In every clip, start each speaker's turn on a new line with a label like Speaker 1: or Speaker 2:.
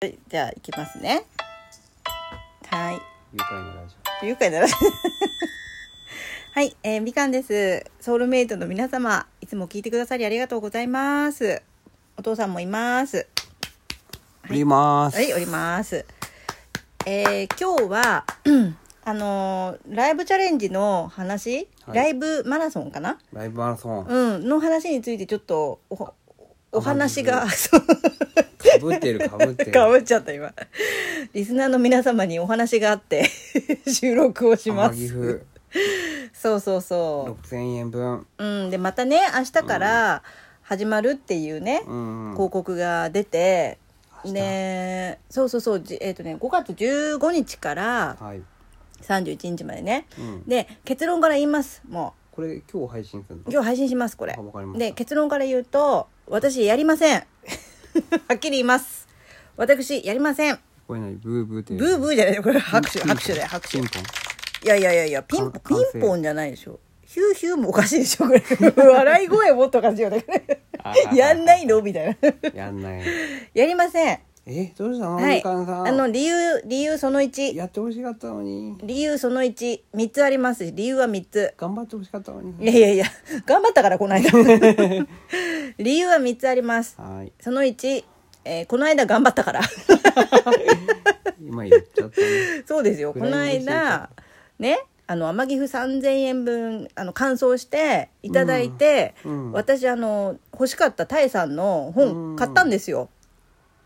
Speaker 1: はいじゃあ行きますねはい
Speaker 2: 愉快なラジ
Speaker 1: 愉快だな はい、えー、みかんですソウルメイトの皆様いつも聞いてくださりありがとうございますお父さんもいます
Speaker 2: オ。い、ります。
Speaker 1: はい、おります。えー今日は、 うんあのーライブチャレンジの話、
Speaker 2: はい
Speaker 1: ライブマラソンかな
Speaker 2: ライブマラソン。か
Speaker 1: うん、の話についてちょっとお、お話
Speaker 2: あ
Speaker 1: が、 そう
Speaker 2: ぶってる、か ぶってる。
Speaker 1: かぶっちゃった今。リスナーの皆様にお話があって、 収録をしま
Speaker 2: 天城
Speaker 1: す。
Speaker 2: 府
Speaker 1: そうそうそ
Speaker 2: 6000円分。
Speaker 1: う。うん、で、またね、明日から始まるっていうね、
Speaker 2: うん、うん。
Speaker 1: 広告が出て、
Speaker 2: 明日
Speaker 1: ねそうそうそう、じえっ、とね、5月15日から
Speaker 2: はい。
Speaker 1: 31日までね。
Speaker 2: うん。
Speaker 1: で、結論から言います。も
Speaker 2: これ今日配信するの
Speaker 1: う、今日配信します、これ
Speaker 2: あわかり。ました
Speaker 1: で、結論から言うと、私やりません。 はっきり言います。私やりません。
Speaker 2: これ何ブーブーって。
Speaker 1: ブーブーじゃないこれ拍手、
Speaker 2: ピンポン
Speaker 1: 拍手だよ、拍手。
Speaker 2: ピ
Speaker 1: い
Speaker 2: ンポン
Speaker 1: やいやいやいや、ピンポ
Speaker 2: か
Speaker 1: ン、
Speaker 2: 完成
Speaker 1: ピンポンじゃないでしょ。ヒューヒューもおかしいでしょ、これ。 笑い声もっとおかしいよね、これ
Speaker 2: あ ー
Speaker 1: やんないのみたいな。
Speaker 2: やんない。
Speaker 1: やりません。
Speaker 2: え、どうしたの、
Speaker 1: はい。
Speaker 2: みかんさん。
Speaker 1: あの、理由、理由その1。
Speaker 2: やってほしかったのに。
Speaker 1: 理由その1。3つあります。理由は3つ。
Speaker 2: 頑張ってほしかったの
Speaker 1: い
Speaker 2: に。
Speaker 1: やいやいや、頑張ったから、この 間。理由は3つあります。
Speaker 2: はい。
Speaker 1: その1、えーこの間頑張ったから。
Speaker 2: 今言っちゃっ たね。
Speaker 1: そうですよ。この
Speaker 2: 羨ましい
Speaker 1: 間、ね、あの、天城府3000円分、あの、完走していただいて、
Speaker 2: うんうん
Speaker 1: 私、あの、欲しかったタイさんの
Speaker 2: うん
Speaker 1: 本買ったんですよ。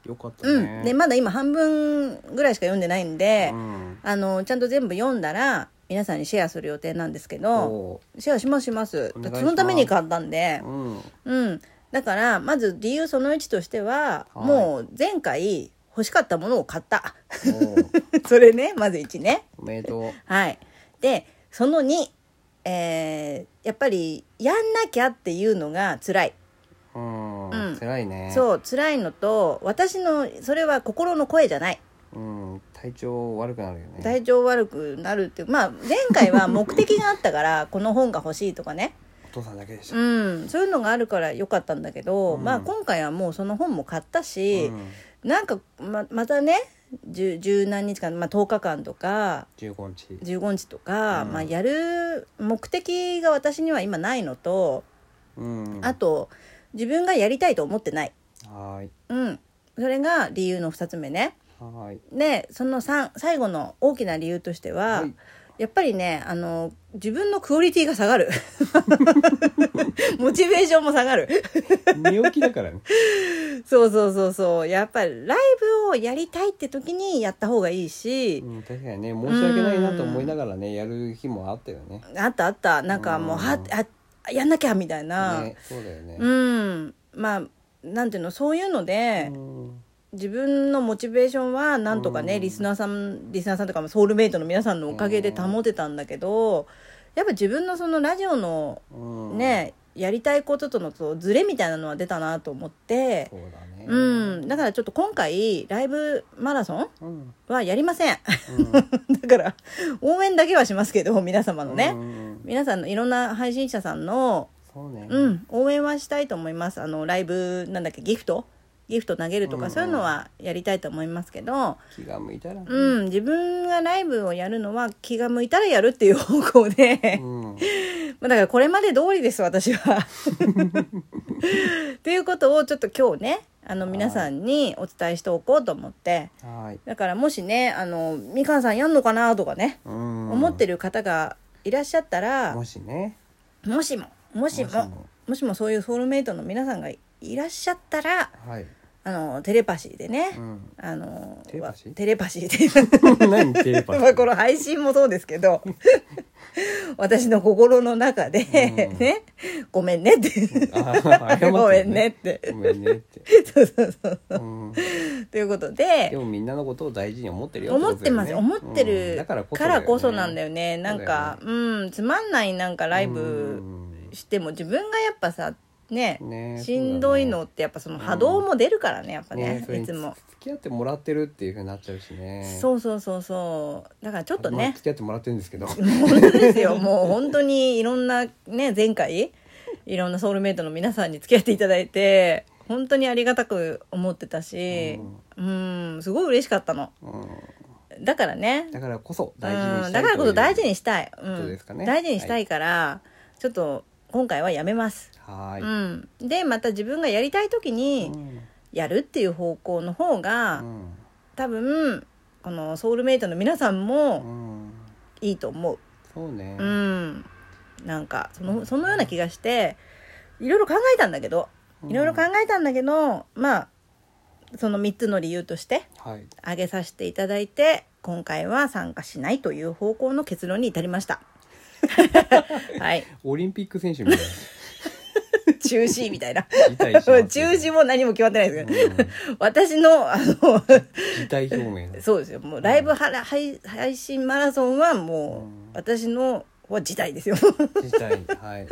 Speaker 2: よかった
Speaker 1: う
Speaker 2: ね。
Speaker 1: ん。で、まだ今半分ぐらいしか読んでないんで、
Speaker 2: うん。
Speaker 1: あの、ちゃんと全部読んだら、皆さんにシェアする予定なんですけど、
Speaker 2: そ
Speaker 1: シェアしますします。
Speaker 2: お願いします
Speaker 1: そのために買ったんで
Speaker 2: う。、うん。
Speaker 1: うん。だから、まず理由その1としては、
Speaker 2: はい
Speaker 1: もう前回欲しかったものを買った。
Speaker 2: おう
Speaker 1: それね、まず1ね。
Speaker 2: おめでとう。
Speaker 1: はい。で、その2、えーやっぱり、やんなきゃっていうのが辛い。
Speaker 2: うん、
Speaker 1: うん
Speaker 2: 辛いね
Speaker 1: そう、辛いのと、私の、それは心の声じゃない。
Speaker 2: う、ん、体調悪くなるよね
Speaker 1: 体調悪くなるっていう、まあ、前回 は目的があったから、この本が欲しいとかね。
Speaker 2: お父さんだけでした、
Speaker 1: うん、そういうのがあるから良かったんだけど、
Speaker 2: うん
Speaker 1: まあ、今回はもうその本も買ったし、
Speaker 2: うん
Speaker 1: なんかままたね十十何日間、まあ、10日間とか
Speaker 2: 15日
Speaker 1: 15日とか、
Speaker 2: うん
Speaker 1: まあ、やる目的が私には今ないのと、
Speaker 2: うん
Speaker 1: あと自分がやりたいと思ってない、
Speaker 2: はーい
Speaker 1: うん、それが理由の2つ目ね。
Speaker 2: はーい
Speaker 1: でその3最後の大きな理由としては、
Speaker 2: はい
Speaker 1: やっぱりねあの自分のクオリティが下がる モチベーションも下がる
Speaker 2: 寝起きだからね
Speaker 1: そうそうそうそうやっぱりライブをやりたいって時にやった方がいいし、
Speaker 2: うん確かにね申し訳ないなと思いながらねやる日もあったよね
Speaker 1: あったあったなんかもう
Speaker 2: うん
Speaker 1: はあやんなきゃみたいな、
Speaker 2: ねそうだよね
Speaker 1: うんまあなんていうのそういうので、
Speaker 2: うん
Speaker 1: 自分のモチベーションはなんとかね、
Speaker 2: うん
Speaker 1: リスナーさんリスナーさんとかもソウルメイトの皆さんのおかげで保てたんだけど、やっぱ自分のそのラジオの
Speaker 2: うん
Speaker 1: ね、やりたいこととのそうズレみたいなのは出たなと思って
Speaker 2: そうだね
Speaker 1: うんだからちょっと今回ライブマラソン
Speaker 2: うん
Speaker 1: はやりません
Speaker 2: うん
Speaker 1: だから応援だけはしますけど皆様のね、
Speaker 2: うん
Speaker 1: 皆さんのいろんな配信者さんの、
Speaker 2: そうね
Speaker 1: うん、応援はしたいと思いますあのライブなんだっけギフトギフト投げると
Speaker 2: うん
Speaker 1: か
Speaker 2: うん
Speaker 1: そういうのはやりたいと思いますけど、
Speaker 2: 気が向いたらね
Speaker 1: うん自分がライブをやるのは気が向いたらやるっていう方向で、
Speaker 2: うん
Speaker 1: まあだからこれまで通りです私 は。ということをちょっと今日ねあの皆さんにお伝えしておこうと思って
Speaker 2: はーい
Speaker 1: だからもしねあのみかんさんやんのかなとかね、
Speaker 2: うん
Speaker 1: 思ってる方がいらっしゃったら
Speaker 2: もしね
Speaker 1: もしももしも
Speaker 2: も
Speaker 1: も
Speaker 2: し
Speaker 1: し
Speaker 2: も
Speaker 1: もそういうソウルメイトの皆さんがいらっしゃったら
Speaker 2: はい
Speaker 1: あのテレパシーでね、
Speaker 2: うん
Speaker 1: あの
Speaker 2: テレパシー
Speaker 1: わテレパシーで
Speaker 2: 何テレパシー
Speaker 1: まあこの配信もそうですけ ど私の心の中で、
Speaker 2: うん
Speaker 1: ねごめんねって
Speaker 2: あ謝って ね
Speaker 1: ごめんねって
Speaker 2: ごめんねって
Speaker 1: そうそうそう
Speaker 2: うん
Speaker 1: ということ
Speaker 2: で
Speaker 1: で
Speaker 2: もみんなのことを大事に思ってるよ
Speaker 1: 思ってます、思って
Speaker 2: うん
Speaker 1: る
Speaker 2: だからこそ
Speaker 1: か
Speaker 2: だよね
Speaker 1: らこそなんだよね、
Speaker 2: そう
Speaker 1: な
Speaker 2: だよ
Speaker 1: ん
Speaker 2: ね
Speaker 1: かうんつまんないなんかライブしても自分がやっぱさね
Speaker 2: うんね
Speaker 1: しんどいのってやっぱその波動も出るからねやっぱ
Speaker 2: そうだね
Speaker 1: ね
Speaker 2: ねそれ
Speaker 1: い
Speaker 2: に
Speaker 1: つも
Speaker 2: 付き合ってもらってるっていうふうになっちゃうしねう
Speaker 1: そうそうそうそうだからちょっと
Speaker 2: まあ
Speaker 1: ね
Speaker 2: 付き合ってもらってるんですけど
Speaker 1: 本当ですよもう 本当にいろんなね前回いろんなソウルメイトの皆さんに付き合っていただいて本当にありがたく思ってたし、うん、すごい嬉しかったの。
Speaker 2: うん、
Speaker 1: だからね、
Speaker 2: だからこそ
Speaker 1: う
Speaker 2: 大事
Speaker 1: ん、
Speaker 2: にしたい
Speaker 1: だからこそ大事
Speaker 2: に
Speaker 1: にしたい。
Speaker 2: こ
Speaker 1: う
Speaker 2: と
Speaker 1: ん
Speaker 2: ですかね
Speaker 1: 大事にしたいから、ちょっと今回はやめます。
Speaker 2: はーい、
Speaker 1: うん、でまた自分がやりたい時に
Speaker 2: うん
Speaker 1: やるっていう方向の方が、
Speaker 2: うん
Speaker 1: 多分このソウルメイトの皆さん
Speaker 2: う
Speaker 1: も
Speaker 2: ん、
Speaker 1: いいと思う。
Speaker 2: そうね、
Speaker 1: うん、なんかそのそのような気がしていろいろ考えたんだけどいろいろ考えたんだけど、まあその3つの理由として
Speaker 2: はい
Speaker 1: 挙げさせていただいて今回は参加しないという方向の結論に至りました。 はい、
Speaker 2: オリンピック選手みたい
Speaker 1: 中止みたいな
Speaker 2: な辞退します
Speaker 1: 中
Speaker 2: よ
Speaker 1: 止も何も決まってないですけど、
Speaker 2: うん
Speaker 1: 私のあの
Speaker 2: 辞退表 明
Speaker 1: そうですよもうライブはら、配配信マラソンはもう、
Speaker 2: うん
Speaker 1: 私のは時代ですよ
Speaker 2: 辞退はい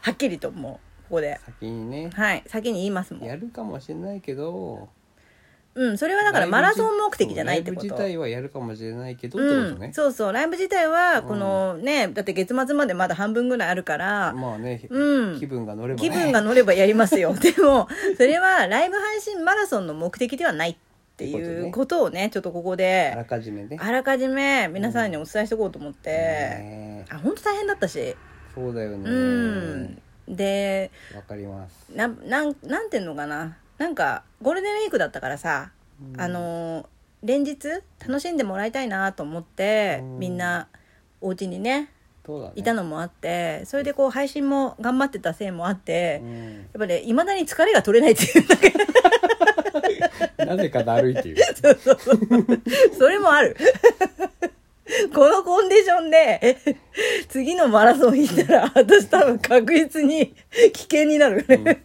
Speaker 1: はっきりともうここで
Speaker 2: 先にね
Speaker 1: はい先に言いますもん
Speaker 2: やるかもしれないけど
Speaker 1: うんそれはだからマラソン目的じゃないってこと
Speaker 2: ライブ自体はやるかもしれないけどってこと
Speaker 1: うん
Speaker 2: ね、
Speaker 1: そうそうライブ自体はこの、ねだって月末までまだ半分ぐらいあるから、
Speaker 2: まあね、
Speaker 1: うん
Speaker 2: 気分が乗れば、ね、
Speaker 1: 気分が乗ればやりますよ でもそれはライブ配信マラソンの目的ではないっていうことをねちょっとここ
Speaker 2: あら
Speaker 1: で
Speaker 2: かじめね
Speaker 1: あらかじめ皆さんにお伝えしておこうと思って、
Speaker 2: ね
Speaker 1: あ本当大変だったし
Speaker 2: そうだよね
Speaker 1: うんで
Speaker 2: わかります、
Speaker 1: ななんなんていうのかななんかゴールデンウィークだったからさ、
Speaker 2: うん
Speaker 1: あのー連日楽しんでもらいたいなと思って、
Speaker 2: うん
Speaker 1: みんなお家にね
Speaker 2: そうだね
Speaker 1: いたのもあってそれでこう配信も頑張ってたせいもあって、
Speaker 2: う
Speaker 1: や
Speaker 2: ん
Speaker 1: っぱりいまだに疲れが取れないっていうなんか
Speaker 2: なぜかだるいっていう
Speaker 1: それもあるこのコンディションで次のマラソン行ったら私多分確実に危険になるね、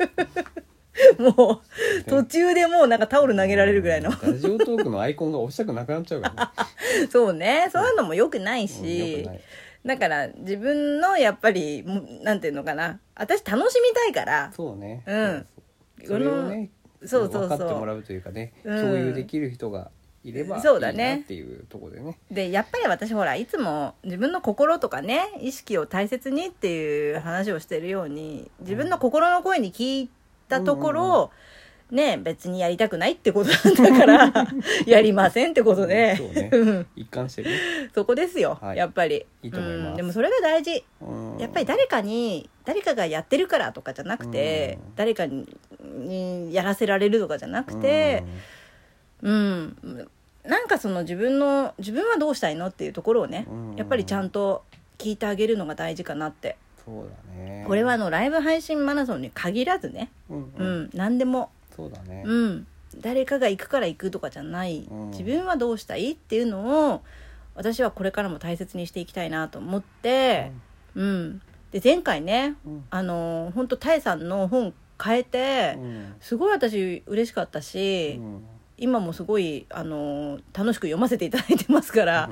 Speaker 1: もう途中でもうなんかタオル投げられるぐらいの
Speaker 2: ラジオトークのアイコンが押したくなくなっちゃ うから、
Speaker 1: そうねそういうのも良くない
Speaker 2: ねうん、よ
Speaker 1: し
Speaker 2: く、ない
Speaker 1: だから自分のやっぱりもうなんていうのかな私楽しみたいから
Speaker 2: そうね
Speaker 1: うん
Speaker 2: それをね
Speaker 1: そうそうそう
Speaker 2: 分かってもらうというかね、
Speaker 1: うん
Speaker 2: 共有できる人がいればいい
Speaker 1: そうだね
Speaker 2: なっていうところでね
Speaker 1: でやっぱり私ほらいつも自分の心とかね意識を大切にっていう話をしてるように自分の心の声に聞いたところ、ね別にやりたくないってことだったからやりませんってことで、
Speaker 2: そうね
Speaker 1: うん
Speaker 2: 一貫してる、
Speaker 1: そこですよ、
Speaker 2: はい
Speaker 1: やっぱり
Speaker 2: いいと思います
Speaker 1: うんでもそれが大事
Speaker 2: うん
Speaker 1: やっぱり誰かに誰かがやってるからとかじゃなくて、
Speaker 2: うん
Speaker 1: 誰かににやらせられるとかじゃなくて、うん、なんかその自分の自分はどうしたいのっていうところをね、
Speaker 2: うん
Speaker 1: やっぱりちゃんと聞いてあげるのが大事かなって、
Speaker 2: うんそうだね
Speaker 1: これはあのライブ配信マラソンに限らずね、
Speaker 2: うん
Speaker 1: う
Speaker 2: うんん
Speaker 1: 何でも、
Speaker 2: そうだね
Speaker 1: うん、誰かが行くから行くとかじゃない、
Speaker 2: うん
Speaker 1: 自分はどうしたいっていうのを私はこれからも大切にしていきたいなと思って、うんで前回ね
Speaker 2: うん
Speaker 1: あの本当タエさんの本変えて、
Speaker 2: うん
Speaker 1: すごい私嬉しかったし、
Speaker 2: うん
Speaker 1: 今もすごい、あのー楽しく読ませていただいてますから、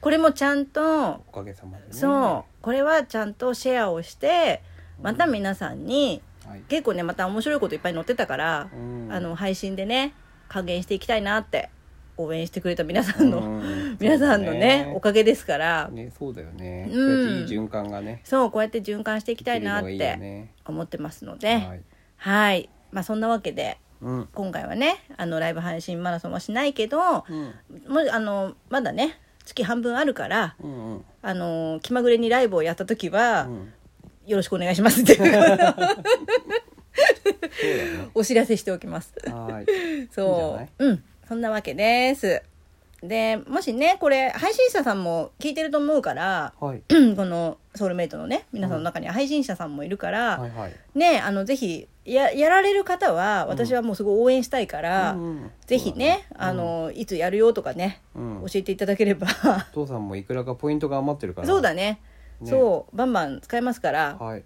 Speaker 1: これもちゃんと、
Speaker 2: おかげさまでね
Speaker 1: そうこれはちゃんとシェアをしてまた皆さんに
Speaker 2: はい
Speaker 1: 結構ねまた面白いこといっぱい載ってたから
Speaker 2: う、ん
Speaker 1: あの配信でね還元していきたいなって応援してくれた皆さんの、
Speaker 2: うん
Speaker 1: 皆さんのねおかげですから、
Speaker 2: ねそうだよね
Speaker 1: うん
Speaker 2: そうやっていい循環がね
Speaker 1: そうこうやって循環していきたいなっ
Speaker 2: できるのがいいよ
Speaker 1: て
Speaker 2: ね
Speaker 1: 思ってますので
Speaker 2: はい
Speaker 1: はいまあそんなわけで
Speaker 2: うん
Speaker 1: 今回はねあのライブ配信マラソンはしないけど、
Speaker 2: うん
Speaker 1: もうあのまだね月半分あるから
Speaker 2: うんうん
Speaker 1: あの気まぐれにライブをやった時は、
Speaker 2: うん
Speaker 1: よろしくお願いしますっていう
Speaker 2: そうだね
Speaker 1: お知らせしておきます
Speaker 2: はいいいんじゃ
Speaker 1: そ
Speaker 2: ないう
Speaker 1: うんそんなわけですでもしねこれ配信者さんも聞いてると思うから
Speaker 2: はい
Speaker 1: うんこのソウルメイトのね皆さんの中には配信者さんもいるから、
Speaker 2: はいはい
Speaker 1: ねあのぜひややられる方は私はもうすごい応援したいから、
Speaker 2: うんうん
Speaker 1: ぜひね、あのいつやるよとかね、
Speaker 2: うん
Speaker 1: 教えていただければ
Speaker 2: お父さんもいくらかポイントが余ってるから
Speaker 1: そうだね
Speaker 2: ね
Speaker 1: そうバンバン使えますから
Speaker 2: はい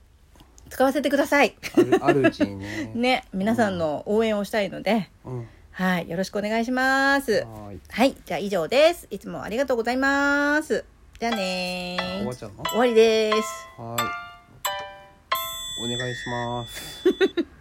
Speaker 1: 使わせてください
Speaker 2: あるあるうちにね
Speaker 1: ね皆さんの応援をしたいので、
Speaker 2: うん
Speaker 1: はいよろしくお願いします
Speaker 2: はい
Speaker 1: はいじゃあ以上ですいつもありがとうございますじゃあねー
Speaker 2: 終わっちゃうの
Speaker 1: 終わりです
Speaker 2: はいお願いします